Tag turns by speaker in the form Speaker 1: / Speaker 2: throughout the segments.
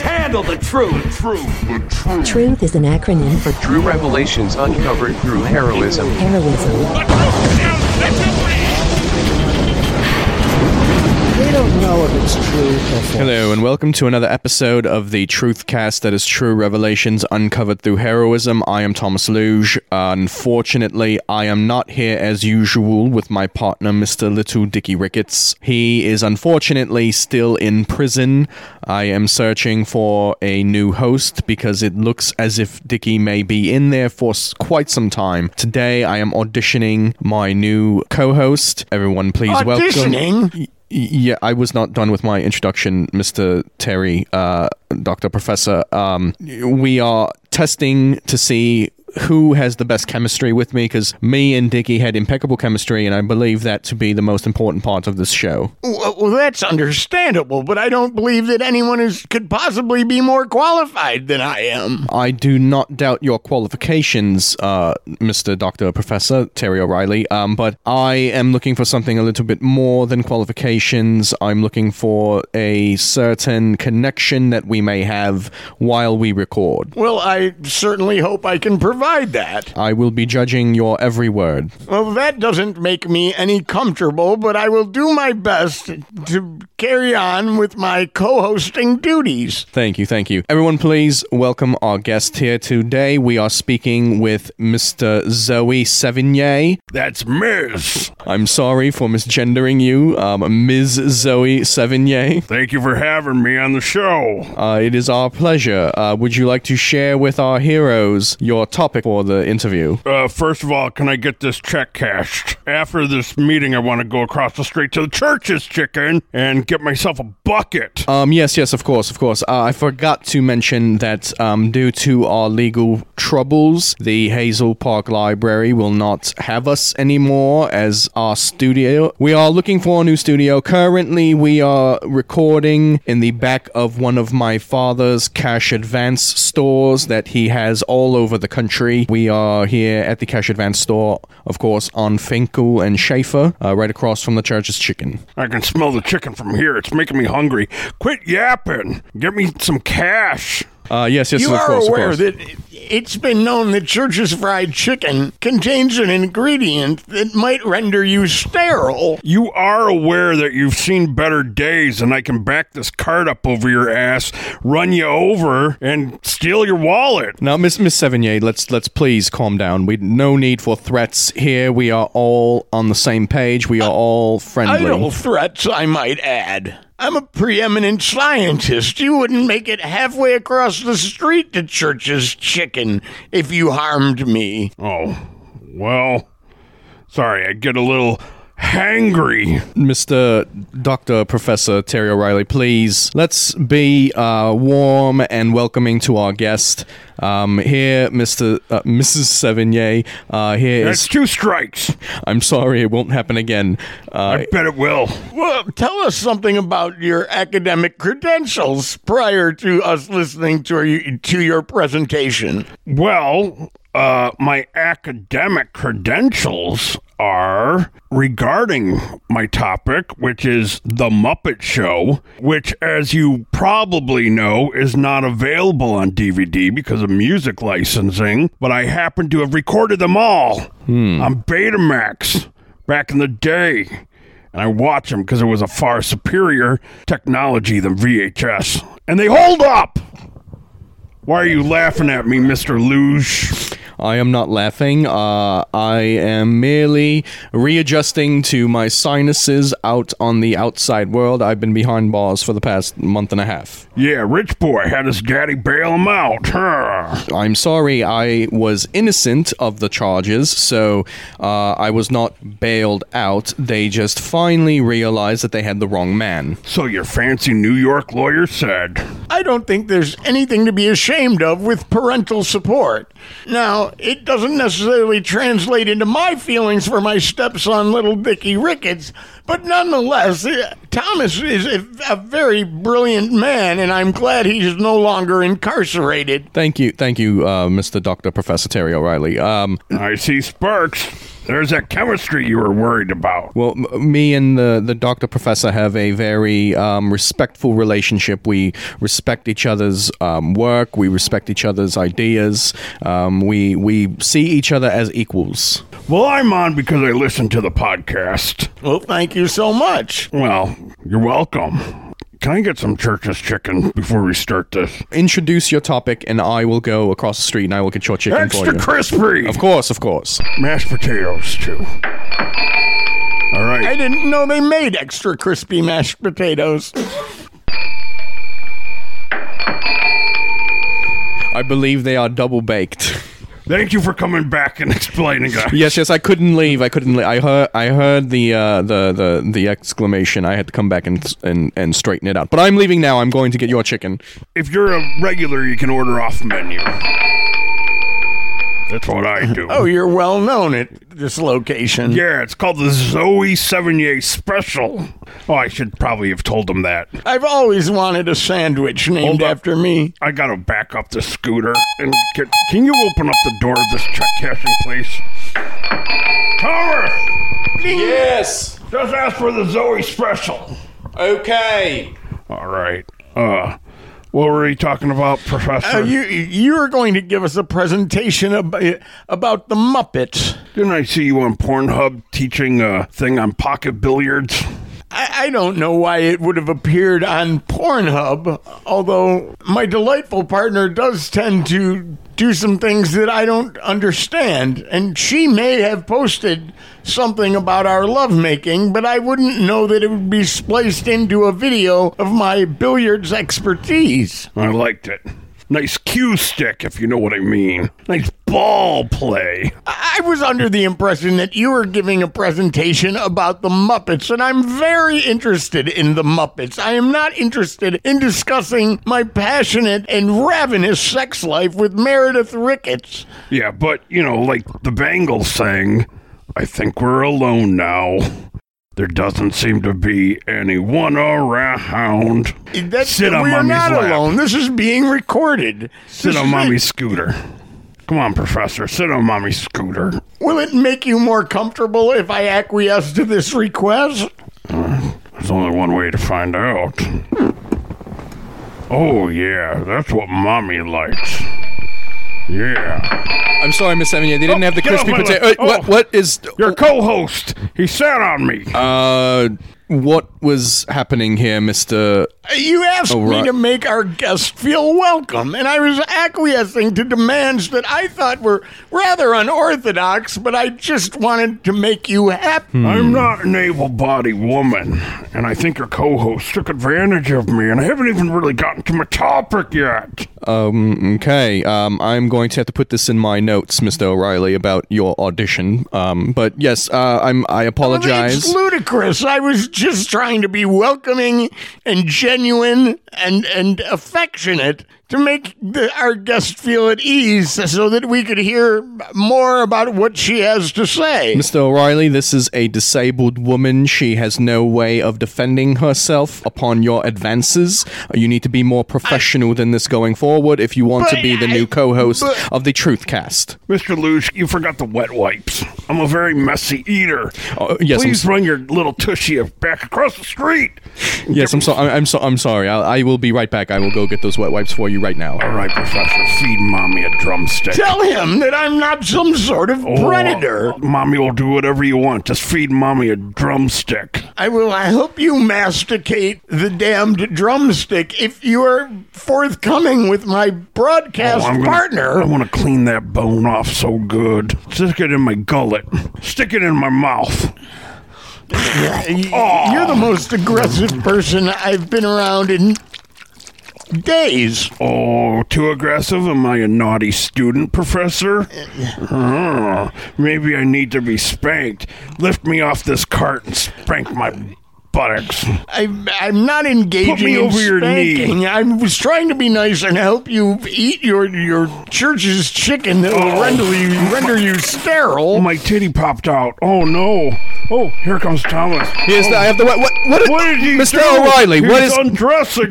Speaker 1: handle the truth. Truth. The truth.
Speaker 2: Truth is an acronym for
Speaker 3: True revelations uncovered through heroism.
Speaker 2: heroism.
Speaker 4: They don't know if it's true or false.
Speaker 5: Hello, and welcome to another episode of the Truthcast that is true revelations uncovered through heroism. I am Thomas Luge. Unfortunately, I am not here as usual with my partner, Mr. Little Dicky Ricketts. He is unfortunately still in prison. I am searching for a new host because it looks as if Dicky may be in there for s- quite some time. Today, I am auditioning my new co host. Everyone, please welcome. Y- Yeah, I was not done with my introduction, Mr. Terry, uh, Dr. Professor. Um, we are testing to see who has the best chemistry with me because me and Dicky had impeccable chemistry, and I believe that to be the most important part of this show.
Speaker 6: uh, Well, well, that's understandable, but I don't believe that anyone is could possibly be more qualified than I am.
Speaker 5: I do not doubt your qualifications, uh, Mr. Dr. Professor Terry O'Reilly, um, but I am looking for something a little bit more than qualifications. I'm looking for a certain connection that we may have while we record.
Speaker 6: Well, I certainly hope I can provide that.
Speaker 5: I will be judging your every word.
Speaker 6: Well, that doesn't make me any comfortable, but I will do my best to carry on with my co-hosting duties.
Speaker 5: Thank you, thank you. Everyone, please welcome our guest here today. We are speaking with Mr. Zoe Sevigny.
Speaker 6: That's Miss.
Speaker 5: I'm sorry for misgendering you, um, Ms. Zoe Sevigny.
Speaker 7: Thank you for having me on the show.
Speaker 5: Uh, it is our pleasure. Uh, would you like to share with our heroes your topic for the interview?
Speaker 7: Uh, first of all, can I get this check cashed? After this meeting, I want to go across the street to the church's chicken and get myself a bucket.
Speaker 5: Um, yes, yes, of course, of course. Uh, I forgot to mention that um, due to our legal troubles, the Hazel Park Library will not have us anymore as our studio. We are looking for a new studio. Currently, we are recording in the back of one of my father's cash advance stores that he has all over the country. We are here at the cash advance store, of course, on Finkel and Schaefer, uh, right across from the church's chicken.
Speaker 7: I can smell the chicken from here. It's making me hungry. Quit yapping. Get me some cash.
Speaker 5: Uh, yes, yes,
Speaker 6: You
Speaker 5: of
Speaker 6: are
Speaker 5: course, of
Speaker 6: aware
Speaker 5: course.
Speaker 6: that it's been known that Church's fried chicken contains an ingredient that might render you sterile.
Speaker 7: You are aware that you've seen better days, and I can back this cart up over your ass, run you over, and steal your wallet.
Speaker 5: Now, Miss Miss Sevigny, let's let's please calm down. We no need for threats here. We are all on the same page. We are all friendly.
Speaker 6: Idle threats, I might add. I'm a preeminent scientist. You wouldn't make it halfway across the street to Church's chicken if you harmed me.
Speaker 7: Oh, well, sorry, I get a little hangry.
Speaker 5: Mr. Dr. Professor Terry O'Reilly, please let's be uh, warm and welcoming to our guest. Um, here, Mr. Uh, Mrs. Sevigny, uh, here
Speaker 7: That's
Speaker 5: is.
Speaker 7: two strikes.
Speaker 5: I'm sorry, it won't happen again. Uh,
Speaker 7: I bet it will.
Speaker 6: Well, tell us something about your academic credentials prior to us listening to your, to your presentation.
Speaker 7: Well, uh, my academic credentials are regarding my topic, which is The Muppet Show, which, as you probably know, is not available on DVD because of music licensing, but I happen to have recorded them all on Betamax back in the day. And I watch them because it was a far superior technology than VHS. And they hold up! Why are you laughing at me, Mr. Luge?
Speaker 5: I am not laughing. Uh, I am merely readjusting to my sinuses out on the outside world. I've been behind bars for the past month and a half.
Speaker 7: Yeah, rich boy had his daddy bail him out. Huh.
Speaker 5: I'm sorry, I was innocent of the charges, so uh, I was not bailed out. They just finally realized that they had the wrong man.
Speaker 7: So your fancy New York lawyer said,
Speaker 6: I don't think there's anything to be ashamed of with parental support. Now, it doesn't necessarily translate into my feelings for my stepson, little Dickie Ricketts, but nonetheless, eh, Thomas is a, a very brilliant man, and I'm glad he's no longer incarcerated.
Speaker 5: Thank you, thank you, uh, Mr. Dr. Professor Terry O'Reilly. Um,
Speaker 7: I see sparks. There's that chemistry you were worried about.
Speaker 5: Well, m- me and the, the doctor professor have a very um, respectful relationship. We respect each other's um, work. We respect each other's ideas. Um, we we see each other as equals.
Speaker 7: Well, I'm on because I listened to the podcast.
Speaker 6: Well, thank you so much.
Speaker 7: Well, you're welcome. Can I get some church's chicken before we start this?
Speaker 5: Introduce your topic, and I will go across the street and I will get your chicken for
Speaker 7: Extra
Speaker 5: you.
Speaker 7: crispy!
Speaker 5: Of course, of course.
Speaker 7: Mashed potatoes, too. All
Speaker 6: I
Speaker 7: right.
Speaker 6: didn't know they made extra crispy mashed potatoes.
Speaker 5: I believe they are double baked.
Speaker 7: Thank you for coming back and explaining that.
Speaker 5: yes, yes. I couldn't leave. I couldn't. Leave. I heard. I heard the uh, the the the exclamation. I had to come back and and and straighten it out. But I'm leaving now. I'm going to get your chicken.
Speaker 7: If you're a regular, you can order off menu. That's what I do.
Speaker 6: Oh, you're well known at this location.
Speaker 7: Yeah, it's called the Zoe Sevigny Special. Oh, I should probably have told them that.
Speaker 6: I've always wanted a sandwich named
Speaker 7: Hold up.
Speaker 6: after me.
Speaker 7: I gotta back up the scooter and get. Can you open up the door of this check cashing place? Tower!
Speaker 5: Yes.
Speaker 7: Just ask for the Zoe Special.
Speaker 5: Okay.
Speaker 7: All right. Uh, what were you talking about,
Speaker 6: Uh,
Speaker 7: Professor?
Speaker 6: you you are going to give us a presentation about, about the Muppets.
Speaker 7: Didn't I see you on Pornhub teaching a thing on pocket billiards?
Speaker 6: I, I don't know why it would have appeared on Pornhub, although my delightful partner does tend to do some things that I don't understand, and she may have posted something about our lovemaking, but I wouldn't know that it would be spliced into a video of my billiards expertise.
Speaker 7: I liked it. Nice cue stick, if you know what I mean. Nice ball play.
Speaker 6: I was under the impression that you were giving a presentation about the Muppets, and I'm very interested in the Muppets. I am not interested in discussing my passionate and ravenous sex life with Meredith Ricketts.
Speaker 7: Yeah, but, you know, like the Bengals sang, I think we're alone now. There doesn't seem to be anyone around.
Speaker 6: That's,
Speaker 7: Sit on
Speaker 6: we are
Speaker 7: mommy's
Speaker 6: not
Speaker 7: lap.
Speaker 6: alone. This is being recorded.
Speaker 7: Sit
Speaker 6: This
Speaker 7: on
Speaker 6: is-
Speaker 7: mommy's scooter. Come on, Professor. Sit on mommy's scooter.
Speaker 6: Will it make you more comfortable if I acquiesce to this request?
Speaker 7: There's only one way to find out. Oh, yeah, that's what mommy likes. Yeah.
Speaker 5: I'm sorry, Miss Sevigny. They didn't
Speaker 7: Oh,
Speaker 5: have the
Speaker 7: get off
Speaker 5: crispy
Speaker 7: my
Speaker 5: potato.
Speaker 7: lap.
Speaker 5: Uh, What?
Speaker 7: Oh.
Speaker 5: What is?
Speaker 7: Your co host, he sat on me.
Speaker 5: Uh, what was happening here, Mister?
Speaker 6: You asked
Speaker 5: Oh, right.
Speaker 6: me to make our guest feel welcome, and I was acquiescing to demands that I thought were rather unorthodox, but I just wanted to make you happy.
Speaker 5: Hmm.
Speaker 7: I'm not an able bodied woman, and I think your co host took advantage of me, and I haven't even really gotten to my topic yet.
Speaker 5: Um, okay. Um, I'm going to have to put this in my notes, Mister O'Reilly, about your audition. Um, but yes, uh, I'm. I apologize.
Speaker 6: It's ludicrous. I was just trying to be welcoming and genuine and, and affectionate to make the, our guest feel at ease so that we could hear more about what she has to say.
Speaker 5: Mr. O'Reilly, this is a disabled woman. She has no way of defending herself upon your advances. You need to be more professional than this going forward if you want to
Speaker 6: But
Speaker 5: be the
Speaker 6: I-
Speaker 5: new co host
Speaker 6: but-
Speaker 5: of the Truthcast.
Speaker 7: Mr. Luge, you forgot the wet wipes. I'm a very messy eater.
Speaker 5: Oh, yes, I'm
Speaker 7: Please
Speaker 5: s-
Speaker 7: run your little tushy back across the street.
Speaker 5: Yes, I'm sorry. I'm, so- I'm sorry. I, I will be right back. I will go get those wet wipes for you. you right now.
Speaker 7: All right, Professor, feed mommy a drumstick.
Speaker 6: Tell him that I'm not some sort of
Speaker 7: Oh,
Speaker 6: predator.
Speaker 7: Mommy will do whatever you want. Just feed mommy a drumstick.
Speaker 6: I will. I hope you masticate the damned drumstick if you are forthcoming with my broadcast
Speaker 7: Oh, I'm gonna-
Speaker 6: partner.
Speaker 7: I want to clean that bone off so good. Stick it in my gullet. Stick it in my mouth. Oh.
Speaker 6: Y- You're the most aggressive person I've been around in days.
Speaker 7: Oh, too aggressive? Am I a naughty student, Professor? Oh, maybe I need to be spanked. Lift me off this cart and spank my buttocks.
Speaker 6: I, I'm not engaging
Speaker 7: Put me
Speaker 6: in
Speaker 7: over your knee.
Speaker 6: spanking. I was trying to be nice and help you eat your your church's chicken that will
Speaker 7: Oh.
Speaker 6: render you render you
Speaker 7: Oh,
Speaker 6: sterile.
Speaker 7: my titty popped out. Oh, no. Oh, here comes Thomas. Oh,
Speaker 5: Here's the, I have the what? What? What,
Speaker 7: What did he
Speaker 5: Mr.
Speaker 7: do?
Speaker 5: O'Reilly?
Speaker 7: He's
Speaker 5: What is?
Speaker 7: undressing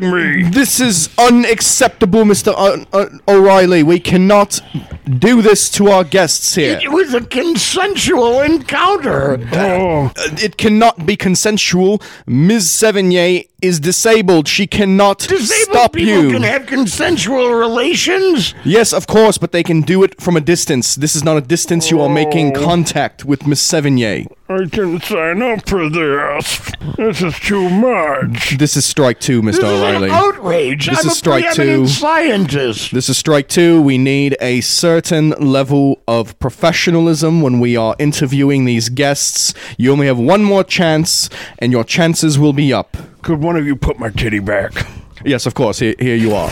Speaker 7: me?
Speaker 5: this is unacceptable, Mr. Un- Un- O'Reilly. We cannot do this to our guests here.
Speaker 6: It was a consensual encounter.
Speaker 7: Oh,
Speaker 5: Uh, It cannot be consensual. Ms. Sevigny is disabled. She cannot
Speaker 6: Disabled
Speaker 5: stop
Speaker 6: people
Speaker 5: you.
Speaker 6: can have consensual relations.
Speaker 5: yes, of course, but they can do it from a distance. This is not a distance. You are making
Speaker 6: Oh.
Speaker 5: contact with Miss Sevigny.
Speaker 7: I can sign up for this. This is too much.
Speaker 5: This is strike two, Mr.
Speaker 6: This is
Speaker 5: O'Reilly.
Speaker 6: an outrage.
Speaker 5: This
Speaker 6: I'm
Speaker 5: is
Speaker 6: a
Speaker 5: strike two.
Speaker 6: preeminent scientist.
Speaker 5: This is strike two. We need a certain level of professionalism when we are interviewing these guests. You only have one more chance, and your chances will be up.
Speaker 7: Could one of you put my titty back?
Speaker 5: Yes, of course. Here, here you are.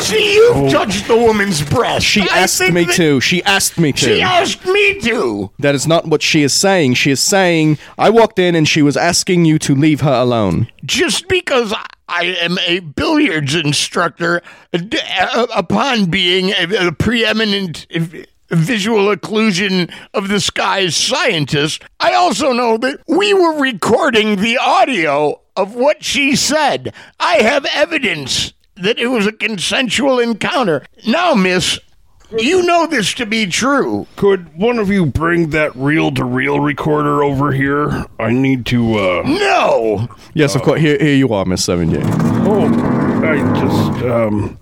Speaker 6: See, you've touched the woman's breast.
Speaker 5: Oh. She
Speaker 6: I
Speaker 5: asked
Speaker 6: think
Speaker 5: me
Speaker 6: that-
Speaker 5: to. She asked me to.
Speaker 6: She asked me to.
Speaker 5: that is not what she is saying. She is saying, I walked in and she was asking you to leave her alone.
Speaker 6: Just because I am a billiards instructor, d- uh, upon being a, a preeminent v- visual occlusion of the skies scientist, I also know that we were recording the audio of what she said. I have evidence that it was a consensual encounter. Now, miss, you know this to be true.
Speaker 7: Could one of you bring that reel to reel recorder over here? I need to, uh.
Speaker 6: No.
Speaker 5: Yes, of course. Here, here you are, Miss Sevigny.
Speaker 7: Oh, I just, um.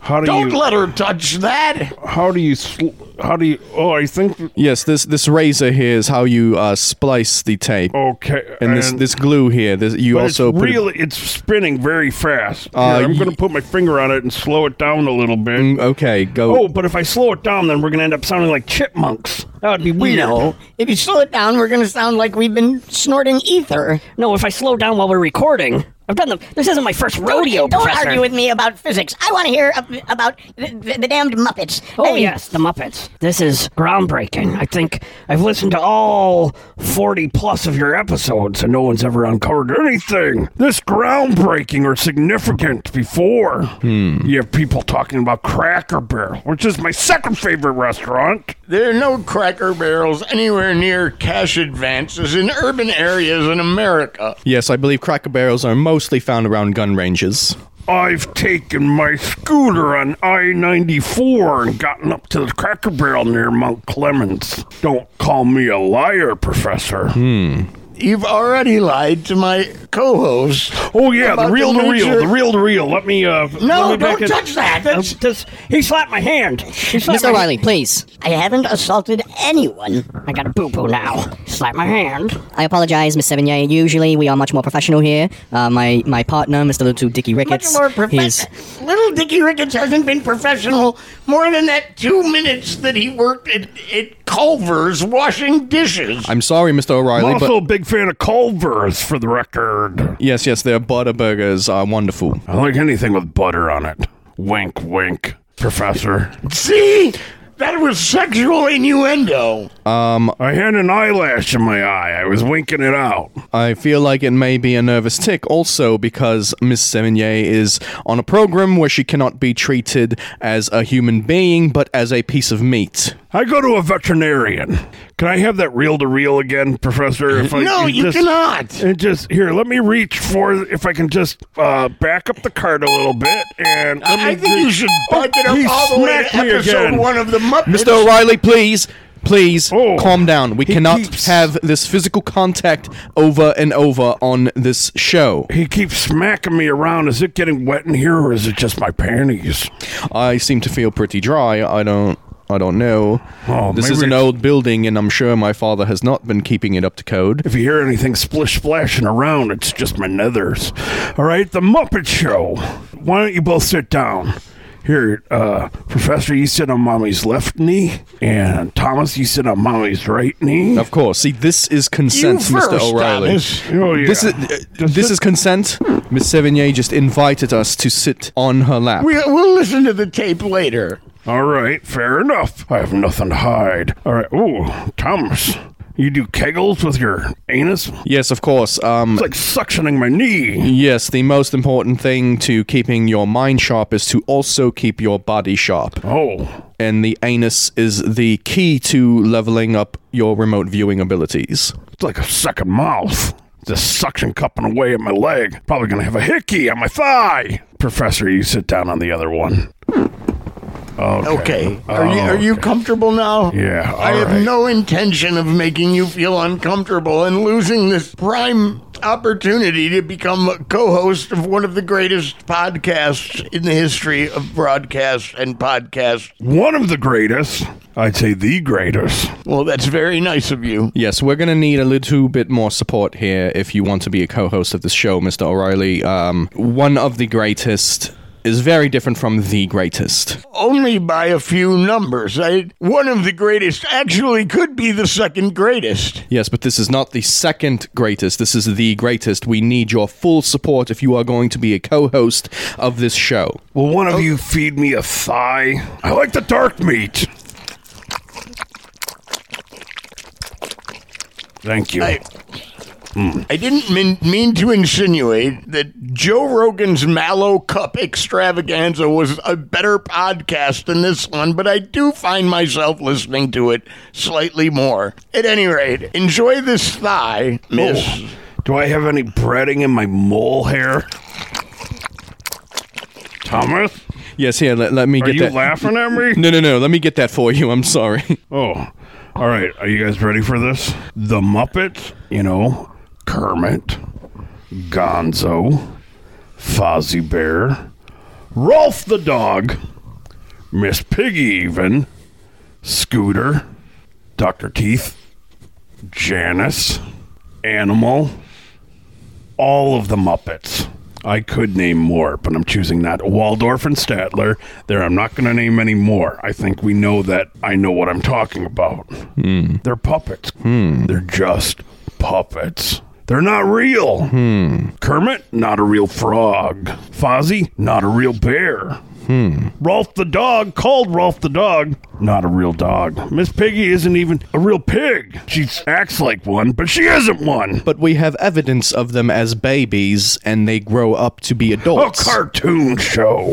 Speaker 7: How do
Speaker 6: Don't
Speaker 7: you.
Speaker 6: let her touch that.
Speaker 7: how do you. Sl- how do you. Oh, I think.
Speaker 5: Yes, this this razor here is how you uh, splice the tape.
Speaker 7: Okay.
Speaker 5: And this, this glue here, this, you
Speaker 7: Oh, but
Speaker 5: also
Speaker 7: it's
Speaker 5: put it-
Speaker 7: really it's spinning very fast.
Speaker 5: Uh, Mm,
Speaker 7: Here, I'm
Speaker 5: y-
Speaker 7: going to put my finger on it and slow it down a little bit.
Speaker 5: Okay, go.
Speaker 7: Oh, but if I slow it down, then we're going to end up sounding like chipmunks. That would be weird.
Speaker 8: No. If you slow it down, we're gonna sound like we've been snorting ether.
Speaker 9: No, if I slow down while we're recording, I've done the. This isn't my first rodeo,
Speaker 8: Don't, don't
Speaker 9: Professor.
Speaker 8: argue with me about physics. I want to hear ab- about the, the, the damned Muppets.
Speaker 9: Oh
Speaker 8: Hey,
Speaker 9: yes, the Muppets. This is groundbreaking. I think I've listened to all forty plus of your episodes.
Speaker 7: So no one's ever uncovered anything this groundbreaking or significant before. You have people talking about Cracker Barrel, which is my second favorite restaurant.
Speaker 6: There are no cracker barrels anywhere near cash advances in urban areas in America.
Speaker 5: Yes, I believe Cracker Barrels are mostly found around gun ranges.
Speaker 7: I've taken my scooter on I 94 and gotten up to the Cracker Barrel near Mount Clemens. Don't call me a liar, Professor.
Speaker 6: You've already lied to my co host.
Speaker 7: Oh, yeah, the
Speaker 6: About
Speaker 7: reel
Speaker 6: the
Speaker 7: to reel,
Speaker 6: nature-
Speaker 7: the reel to reel. Let me, uh.
Speaker 6: No,
Speaker 7: let me back
Speaker 6: don't
Speaker 7: in-
Speaker 6: touch that. That's,
Speaker 9: Does he slapped my hand? He slapped
Speaker 8: Mr.
Speaker 9: my-
Speaker 8: O'Reilly, please. I haven't assaulted anyone.
Speaker 9: I got a boo boo now. Slap my hand.
Speaker 10: I apologize, Miss Sevigny. Usually we are much more professional here. Uh, my my partner, Mr. Little Dicky
Speaker 6: much
Speaker 10: Ricketts.
Speaker 6: more
Speaker 10: he's-
Speaker 6: professional. Little Dickie Ricketts hasn't been professional more than that two minutes that he worked at, at Culver's washing dishes.
Speaker 5: I'm sorry, Mr.
Speaker 7: I'm
Speaker 5: O'Reilly,
Speaker 7: also a
Speaker 5: but
Speaker 7: big fan of Culver's, for the record.
Speaker 5: yes, yes, their butter burgers are wonderful.
Speaker 7: I like anything with butter on it. Wink, wink, Professor.
Speaker 6: See? That was sexual innuendo.
Speaker 7: I had an eyelash in my eye. I was winking it out.
Speaker 5: I feel like it may be a nervous tick also because Miss Sevigny is on a program where she cannot be treated as a human being but as a piece of meat.
Speaker 7: I go to a veterinarian. Can I have that reel to reel again, Professor? If I
Speaker 6: No,
Speaker 7: can
Speaker 6: you
Speaker 7: just-
Speaker 6: cannot.
Speaker 7: And just here, let me reach for if I can just uh, back up the cart a little bit and let me
Speaker 6: I think you
Speaker 7: just-
Speaker 6: should
Speaker 7: Oh,
Speaker 6: back it up
Speaker 7: he
Speaker 6: all the way
Speaker 7: smacked
Speaker 6: to
Speaker 7: me
Speaker 6: episode
Speaker 7: again.
Speaker 6: one of the Muppets.
Speaker 5: Mr. O'Reilly, please Please calm down. We cannot have this physical contact over and over on this show.
Speaker 7: He keeps smacking me around. Is it getting wet in here, or is it just my panties?
Speaker 5: I seem to feel pretty dry. I don't. I don't know.
Speaker 7: Oh,
Speaker 5: this
Speaker 7: maybe
Speaker 5: is an
Speaker 7: it's-
Speaker 5: old building, and I'm sure my father has not been keeping it up to code.
Speaker 7: If you hear anything splish splashing around, it's just my nethers. All right, The Muppet Show. Why don't you both sit down? Here, uh, Professor, you sit on Mommy's left knee, and Thomas, you sit on Mommy's right knee.
Speaker 5: Of course. See, this is consent,
Speaker 7: You
Speaker 5: Mr.
Speaker 7: first,
Speaker 5: O'Reilly.
Speaker 7: Thomas. Oh, yeah.
Speaker 5: This is uh, this is consent. Miss Sevigny just invited us to sit on her lap.
Speaker 6: We, we'll listen to the tape later.
Speaker 7: All right, fair enough. I have nothing to hide. All right, ooh, Thomas, you do kegels with your anus?
Speaker 5: Yes, of course. Um,
Speaker 7: It's like suctioning my knee.
Speaker 5: Yes, the most important thing to keeping your mind sharp is to also keep your body sharp.
Speaker 7: Oh,
Speaker 5: And the anus is the key to leveling up your remote viewing abilities.
Speaker 7: It's like a second mouth. Just suction cupping away at my leg. Probably gonna have a hickey on my thigh. Professor, you sit down on the other one.
Speaker 6: Okay. Are you are you comfortable now?
Speaker 7: Oh, Yeah, all
Speaker 6: I have
Speaker 7: right.
Speaker 6: no intention of making you feel uncomfortable and losing this prime opportunity to become a co-host of one of the greatest podcasts in the history of broadcast and podcast.
Speaker 7: One of the greatest. I'd say the greatest.
Speaker 6: Well, that's very nice of you.
Speaker 5: Yes, we're going to need a little bit more support here if you want to be a co host of this show, Mr. O'Reilly. Um, one of the greatest is very different from the greatest.
Speaker 6: Only by a few numbers. I, one of the greatest actually could be the second greatest.
Speaker 5: Yes, but this is not the second greatest. This is the greatest. We need your full support if you are going to be a co host of this show.
Speaker 7: Will one of
Speaker 5: Oh.
Speaker 7: you feed me a thigh? I like the dark meat. Thank you.
Speaker 6: I, Hmm. I didn't mean, mean to insinuate that Joe Rogan's Mallow Cup extravaganza was a better podcast than this one, but I do find myself listening to it slightly more. At any rate, enjoy this thigh, miss.
Speaker 7: Oh, do I have any breading in my mole hair? Thomas?
Speaker 5: Yes, here, let, let me
Speaker 7: Are
Speaker 5: get
Speaker 7: you
Speaker 5: that.
Speaker 7: laughing at me?
Speaker 5: No, no, no. Let me get that for you. I'm sorry.
Speaker 7: Oh, all right. Are you guys ready for this? The Muppets, you know, Kermit, Gonzo, Fozzie Bear, Rolf the dog, Miss Piggy, even, Scooter, Dr. Teeth, Janice, Animal, all of the Muppets. I could name more, but I'm choosing not. Waldorf and Statler. There, I'm not going to name any more. I think we know that I know what I'm talking about. They're puppets. They're just puppets. They're not real. Kermit, not a real frog. Fozzie, not a real bear. Rolf the dog, called Rolf the dog, not a real dog. Miss Piggy isn't even a real pig. She acts like one, but she isn't one.
Speaker 5: But we have evidence of them as babies, and they grow up to be
Speaker 7: A
Speaker 5: adults.
Speaker 7: cartoon show.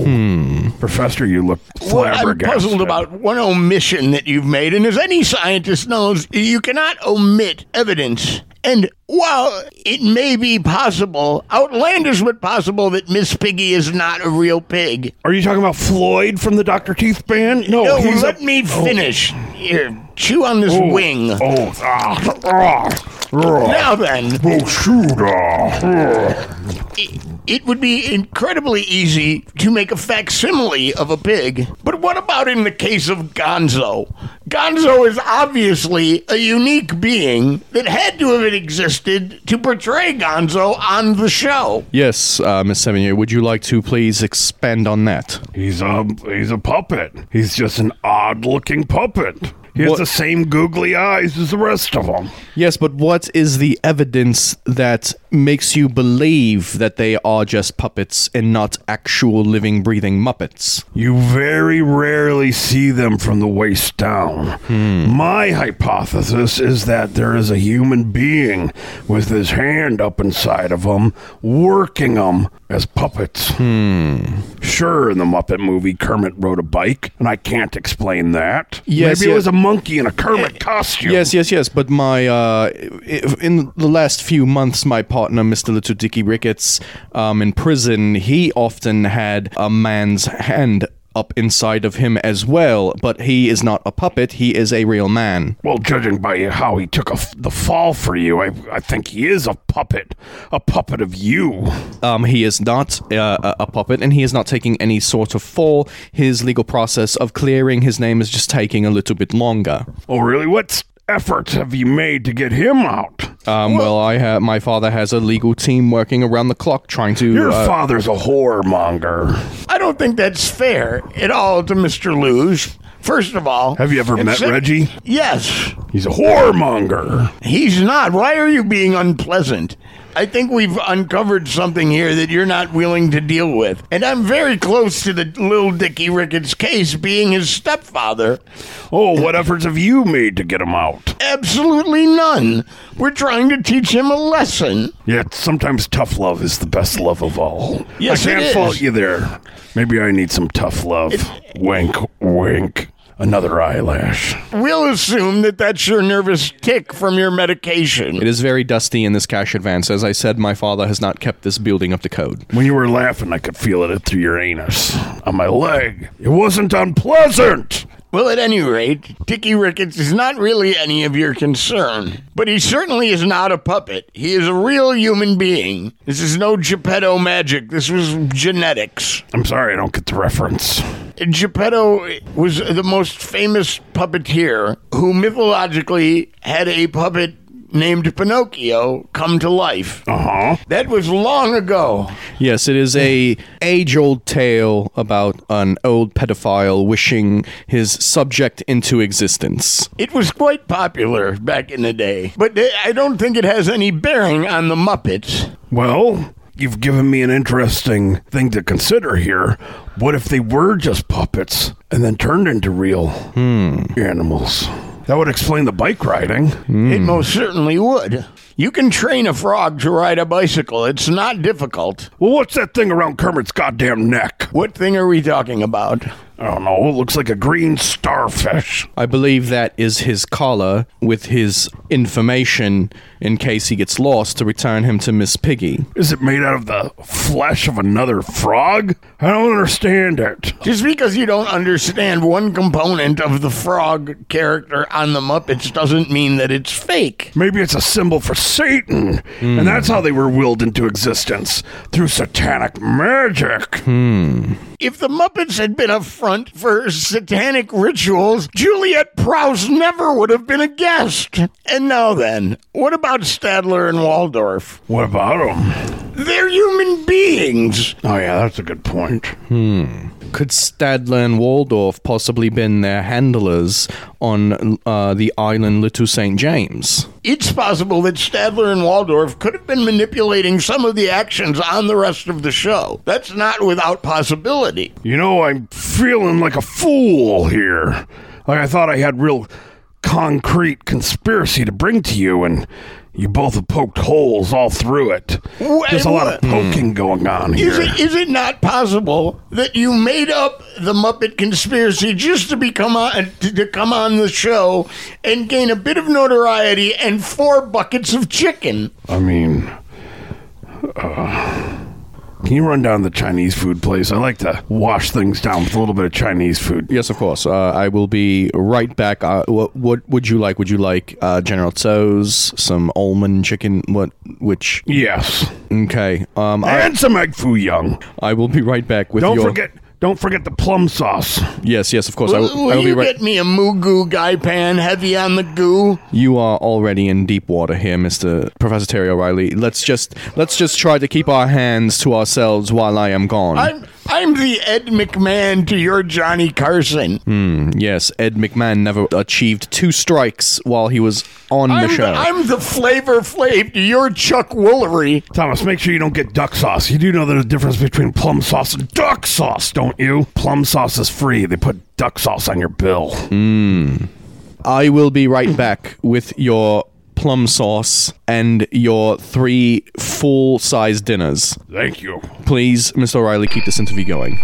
Speaker 7: Professor, you look
Speaker 6: Hmm. Well, I'm
Speaker 7: flabbergasted.
Speaker 6: puzzled about one omission that you've made, and as any scientist knows, you cannot omit evidence. And while it may be possible, outlandish but possible, that Miss Piggy is not a real pig,
Speaker 7: Are you talking about Floyd from the Dr. Teeth band? No,
Speaker 6: No,
Speaker 7: Oh, he's
Speaker 6: let
Speaker 7: a-
Speaker 6: me finish. Here, chew on this
Speaker 7: Oh,
Speaker 6: wing.
Speaker 7: Oh, ah, ah, ah.
Speaker 6: Now then,
Speaker 7: Oh, shoot, ah, ah.
Speaker 6: it, it would be incredibly easy to make a facsimile of a pig. But what about in the case of Gonzo? Gonzo is obviously a unique being that had to have existed to portray Gonzo on the show.
Speaker 5: yes, uh, Miss Sevigny, would you like to please expand on that?
Speaker 7: He's a he's a puppet. He's just an odd-looking puppet. He has
Speaker 5: What-
Speaker 7: the same googly eyes as the rest of them.
Speaker 5: Yes, but what is the evidence that makes you believe that they are just puppets and not actual living, breathing Muppets?
Speaker 7: You very rarely see them from the waist down.
Speaker 5: Hmm.
Speaker 7: My hypothesis is that there is a human being with his hand up inside of him, working them as puppets.
Speaker 5: Hmm.
Speaker 7: Sure, in the Muppet movie, Kermit rode a bike, and I can't explain that.
Speaker 5: Yes,
Speaker 7: Maybe
Speaker 5: yeah.
Speaker 7: it was a monkey in a Kermit costume.
Speaker 5: Yes, yes, yes. But my uh, i- in the last few months, my partner, Mister Little Dicky Ricketts, um, in prison, he often had a man's hand up inside of him as well, but he is not a puppet, he is a real man.
Speaker 7: Well, judging by how he took a f the fall for you, I, I think he is a puppet, a puppet of you.
Speaker 5: Um, he is not uh, a- a puppet, and he is not taking any sort of fall. His legal process of clearing his name is just taking a little bit longer.
Speaker 7: Oh, really? What efforts have you made to get him out?
Speaker 5: Um, well, I ha- my father has a legal team working around the clock trying to.
Speaker 7: Your
Speaker 5: uh,
Speaker 7: father's a whoremonger.
Speaker 6: I don't think that's fair at all to Mr. Luge. First of all,
Speaker 7: Have you ever
Speaker 6: it's
Speaker 7: met
Speaker 6: a-
Speaker 7: Reggie?
Speaker 6: Yes.
Speaker 7: He's a whoremonger.
Speaker 6: He's not. Why are you being unpleasant? I think we've uncovered something here that you're not willing to deal with. And I'm very close to the little Dickie Ricketts case being his stepfather.
Speaker 7: Oh, what efforts have you made to get him out?
Speaker 6: Absolutely none. We're trying to teach him a lesson.
Speaker 7: Yet sometimes tough love is the best love of all.
Speaker 6: Yes,
Speaker 7: I
Speaker 6: it
Speaker 7: can't
Speaker 6: is.
Speaker 7: fault you there. Maybe I need some tough love. wink, wink. Another eyelash.
Speaker 6: We'll assume that that's your nervous tick from your medication.
Speaker 5: It is very dusty in this cash advance. As I said, my father has not kept this building up to code.
Speaker 7: When you were laughing, I could feel it through your anus on my leg. It wasn't unpleasant.
Speaker 6: Well, at any rate, Dickie Ricketts is not really any of your concern. But he certainly is not a puppet. He is a real human being. This is no Geppetto magic. This was genetics.
Speaker 7: I'm sorry, I don't get the reference.
Speaker 6: Geppetto was the most famous puppeteer who mythologically had a puppet named Pinocchio come to life.
Speaker 7: Uh huh.
Speaker 6: That was long ago.
Speaker 5: Yes, it is a age-old tale about an old pedophile wishing his subject into existence.
Speaker 6: It was quite popular back in the day, but I don't think it has any bearing on the Muppets.
Speaker 7: Well, you've given me an interesting thing to consider here. What if they were just puppets and then turned into real animals? That would explain the bike riding.
Speaker 6: It most certainly would. You can train a frog to ride a bicycle, it's not difficult.
Speaker 7: Well, what's that thing around Kermit's goddamn neck?
Speaker 6: What thing are we talking about?
Speaker 7: I don't know. It looks like a green starfish.
Speaker 5: I believe that is his collar with his information in case he gets lost to return him to Miss Piggy.
Speaker 7: Is it made out of the flesh of another frog? I don't understand it.
Speaker 6: Just because you don't understand one component of the frog character on the Muppets doesn't mean that it's fake.
Speaker 7: Maybe it's a symbol for Satan, and that's how they were willed into existence through satanic magic.
Speaker 6: If the Muppets had been a front for satanic rituals, Juliet Prowse never would have been a guest. And now then, what about Stadler and Waldorf?
Speaker 7: What about them?
Speaker 6: They're human beings.
Speaker 7: Oh, yeah, that's a good point.
Speaker 5: Could Stadler and Waldorf possibly been their handlers on uh, the island Little St. James?
Speaker 6: It's possible that Stadler and Waldorf could have been manipulating some of the actions on the rest of the show. That's not without possibility.
Speaker 7: You know, I'm feeling like a fool here. Like I thought I had real concrete conspiracy to bring to you, and you both have poked holes all through it.
Speaker 6: Wha-
Speaker 7: There's a lot of
Speaker 6: wha- hmm.
Speaker 7: poking going on
Speaker 6: Is
Speaker 7: here.
Speaker 6: it, is it not possible that you made up the Muppet conspiracy just to become on, to, to come on the show and gain a bit of notoriety and four buckets of chicken?
Speaker 7: I mean, uh, can you run down the Chinese food place? I like to wash things down with a little bit of Chinese food.
Speaker 5: Yes, of course. Uh, I will be right back. Uh, what, what would you like? Would you like uh, General Tso's, some almond chicken? What? Which?
Speaker 7: Yes,
Speaker 5: Okay. Um, I,
Speaker 7: and some egg foo young.
Speaker 5: I will be right back with
Speaker 7: Uh, Don't
Speaker 5: your.
Speaker 7: forget, don't forget the plum sauce.
Speaker 5: Yes, yes, of course. I
Speaker 6: Will,
Speaker 5: will,
Speaker 6: will
Speaker 5: I will be
Speaker 6: you
Speaker 5: right.
Speaker 6: get me a moo goo guy pan heavy on the goo?
Speaker 5: you are already in deep water here, Mister Professor Terry O'Reilly. Let's just let's just try to keep our hands to ourselves while I am gone.
Speaker 6: I'm I'm the Ed McMahon to your Johnny Carson.
Speaker 5: yes, Ed McMahon never achieved two strikes while he was on
Speaker 6: I'm,
Speaker 5: the show.
Speaker 6: I'm the Flavor Flav to your Chuck Woolery.
Speaker 7: Thomas, make sure you don't get duck sauce. You do know there's a difference between plum sauce and duck sauce, don't you? Plum sauce is free. They put duck sauce on your bill.
Speaker 5: I will be right back with your plum sauce and your three full size dinners.
Speaker 7: Thank you.
Speaker 5: Please, Mr. O'Reilly, keep this interview going.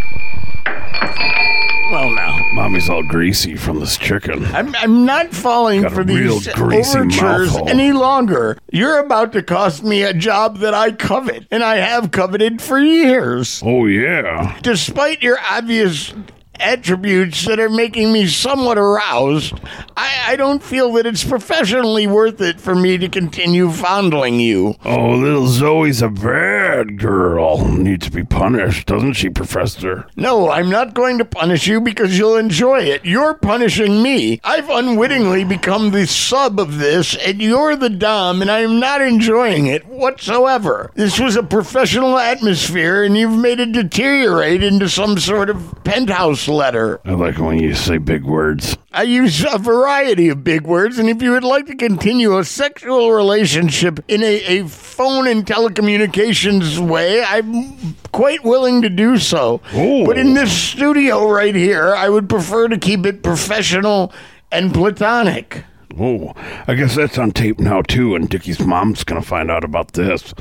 Speaker 6: Well, now.
Speaker 7: Mommy's all greasy from this chicken.
Speaker 6: I'm, I'm not falling
Speaker 7: Got a
Speaker 6: for
Speaker 7: real
Speaker 6: these
Speaker 7: greasy
Speaker 6: overtures
Speaker 7: mouthful.
Speaker 6: any longer. You're about to cost me a job that I covet, and I have coveted for years.
Speaker 7: Oh, yeah.
Speaker 6: Despite your obvious attributes that are making me somewhat aroused, I, I don't feel that it's professionally worth it for me to continue fondling you.
Speaker 7: Oh, little Zoe's a bad girl. Needs to be punished, doesn't she, Professor?
Speaker 6: No, I'm not going to punish you because you'll enjoy it. You're punishing me. I've unwittingly become the sub of this, and you're the dom, and I'm not enjoying it whatsoever. This was a professional atmosphere, and you've made it deteriorate into some sort of penthouse letter.
Speaker 7: I like when you say big words.
Speaker 6: I use a variety of big words, and if you would like to continue a sexual relationship in a, a phone and telecommunications way, I'm quite willing to do so. But in this studio right here, I would prefer to keep it professional and platonic.
Speaker 7: Oh, I guess that's on tape now too, and Dickie's mom's gonna find out about this.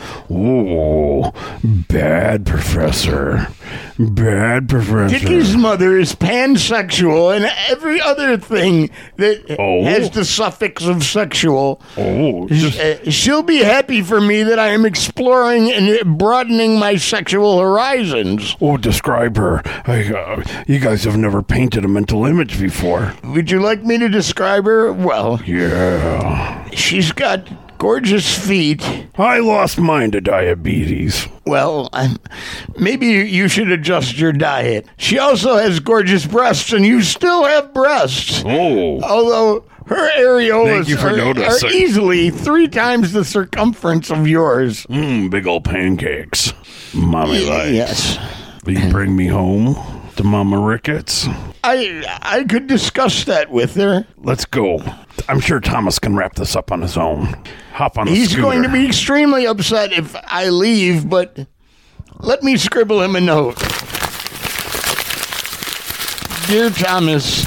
Speaker 7: Oh, bad professor, bad professor.
Speaker 6: Dickie's mother is pansexual, and every other thing that
Speaker 7: Oh.
Speaker 6: has the suffix of sexual.
Speaker 7: Oh, just-
Speaker 6: Uh, she'll be happy for me that I am exploring and broadening my sexual horizons.
Speaker 7: oh, describe her. I, uh, you guys have never painted a mental image before.
Speaker 6: Would you like me to describe her? Well,
Speaker 7: Yeah,
Speaker 6: she's got gorgeous feet.
Speaker 7: I lost mine to diabetes.
Speaker 6: Well, I'm, maybe you- you should adjust your diet. She also has gorgeous breasts, and you still have breasts.
Speaker 7: Oh,
Speaker 6: Although her areolas
Speaker 7: Thank you for
Speaker 6: are,
Speaker 7: noticing.
Speaker 6: are easily three times the circumference of yours.
Speaker 7: mm, big old pancakes, mommy likes.
Speaker 6: Yes.
Speaker 7: Will you bring me home to Mama Ricketts?
Speaker 6: I I could discuss that with her.
Speaker 7: Let's go. I'm sure Thomas can wrap this up on his own. Hop on the
Speaker 6: He's
Speaker 7: scooter.
Speaker 6: going to be extremely upset if I leave, but let me scribble him a note. Dear Thomas,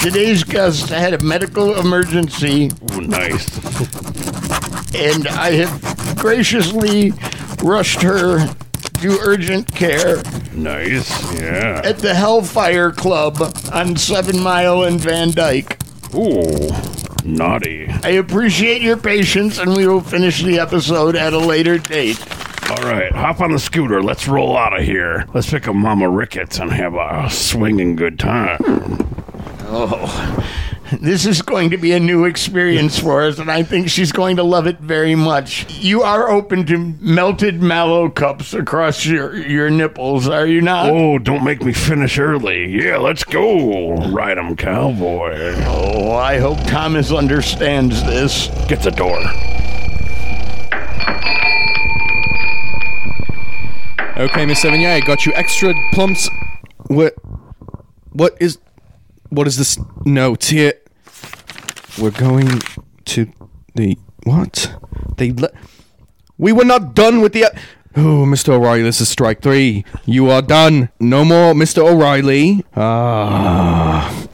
Speaker 6: today's guest had a medical emergency
Speaker 7: Ooh, nice.
Speaker 6: and I have graciously rushed her to urgent care
Speaker 7: Nice. Yeah.
Speaker 6: at the Hellfire Club on Seven Mile and Van Dyke.
Speaker 7: Ooh. Naughty.
Speaker 6: I appreciate your patience, and we will finish the episode at a later date.
Speaker 7: All right. Hop on the scooter. Let's roll out of here. Let's pick up Mama Ricketts and have a swinging good time.
Speaker 6: Hmm. Oh, this is going to be a new experience for us, and I think she's going to love it very much. You are open to melted mallow cups across your, your nipples, are you not?
Speaker 7: Oh, don't make me finish early. Yeah, let's go. Ride 'em, cowboy.
Speaker 6: Oh, I hope Thomas understands this.
Speaker 7: Get the door.
Speaker 5: Okay, Miss Sevigny, I got you extra plumps. What? What is? What is this note here? We're going to the what? They let. We were not done with the. Oh, Mr. O'Reilly, this is strike three. You are done. No more, Mr. O'Reilly. Ah.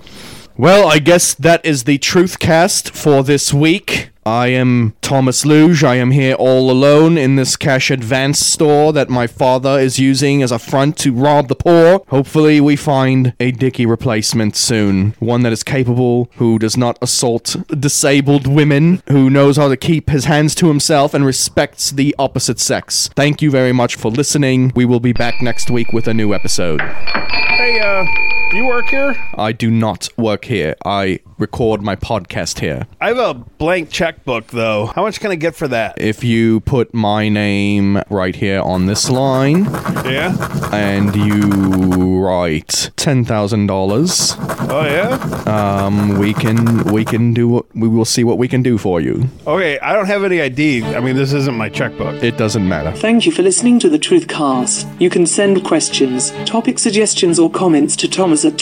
Speaker 5: Well, I guess that is the truth cast for this week. I am Thomas Luge. I am here all alone in this cash advance store that my father is using as a front to rob the poor. Hopefully, we find a Dicky replacement soon. One that is capable, who does not assault disabled women, who knows how to keep his hands to himself and respects the opposite sex. Thank you very much for listening. We will be back next week with a new episode.
Speaker 7: Hey, uh, you work here?
Speaker 5: I do not work here, I record my podcast here.
Speaker 11: I have a blank checkbook though. How much can I get for that?
Speaker 5: if you put my name right here on this line
Speaker 11: Yeah.
Speaker 5: and you write ten thousand dollars,
Speaker 11: Oh yeah.
Speaker 5: um, we can we can do what we will see what we can do for you.
Speaker 11: Okay. I don't have any ID. I mean, this isn't my checkbook.
Speaker 5: It doesn't matter.
Speaker 12: Thank you for listening to the Truthcast. You can send questions, topic suggestions, or comments to Thomas at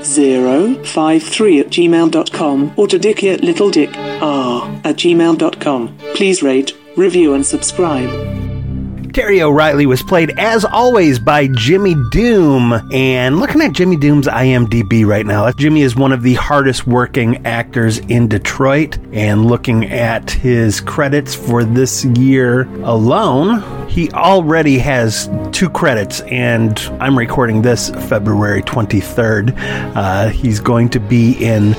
Speaker 12: TrueHeroes053 at gmail.com or to Dickie at LittleDickR at gmail.com. Please rate, review, and subscribe.
Speaker 13: Terry O'Reilly was played, as always, by Jimmy Doom. And looking at Jimmy Doom's IMDb right now, Jimmy is one of the hardest working actors in Detroit. And looking at his credits for this year alone, he already has two credits. And I'm recording this February 23rd. Uh, he's going to be in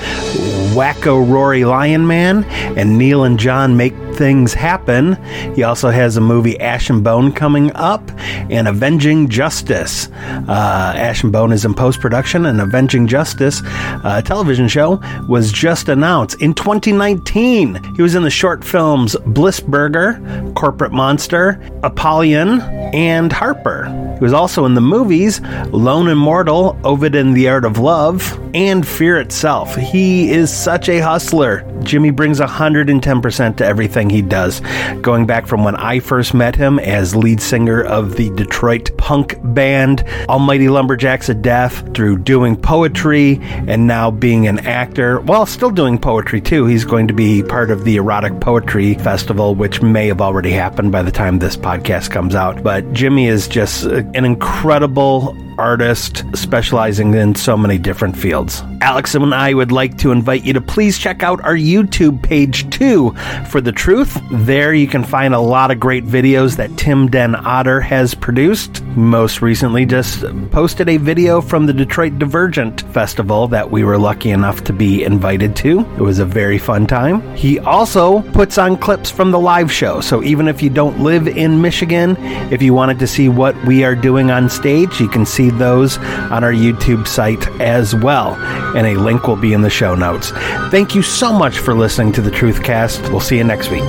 Speaker 13: Wacko Rory Lion Man, and Neil and John Make Things Happen. He also has a movie Ash and Bone coming up and Avenging Justice. Uh, Ash and Bone is in post production, and Avenging Justice uh, television show was just announced in 2019. He was in the short films Blissburger, Corporate Monster, Apollyon, and Harper. He was also in the movies Lone Immortal, Ovid and the Art of Love, and Fear Itself. He is such a hustler. Jimmy brings 110% to everything he does. Going back from when I first met him as lead singer of the Detroit punk band Almighty Lumberjacks of Death, through doing poetry and now being an actor, while still doing poetry too. He's going to be part of the Erotic Poetry Festival, which may have already happened by the time this podcast comes out. But Jimmy is just uh, an incredible artist specializing in so many different fields. Alex and I would like to invite you to please check out our YouTube page too for the truth. There you can find a lot of great videos that Tim Den Otter has produced. Most recently, just posted a video from the Detroit Divergent Festival that we were lucky enough to be invited to. It was a very fun time. He also puts on clips from the live show, so even if you don't live in Michigan, if you wanted to see what we are doing on stage, you can see those on our YouTube site as well. And a link will be in the show notes. Thank you so much for listening to the Truthcast. We'll see you next week.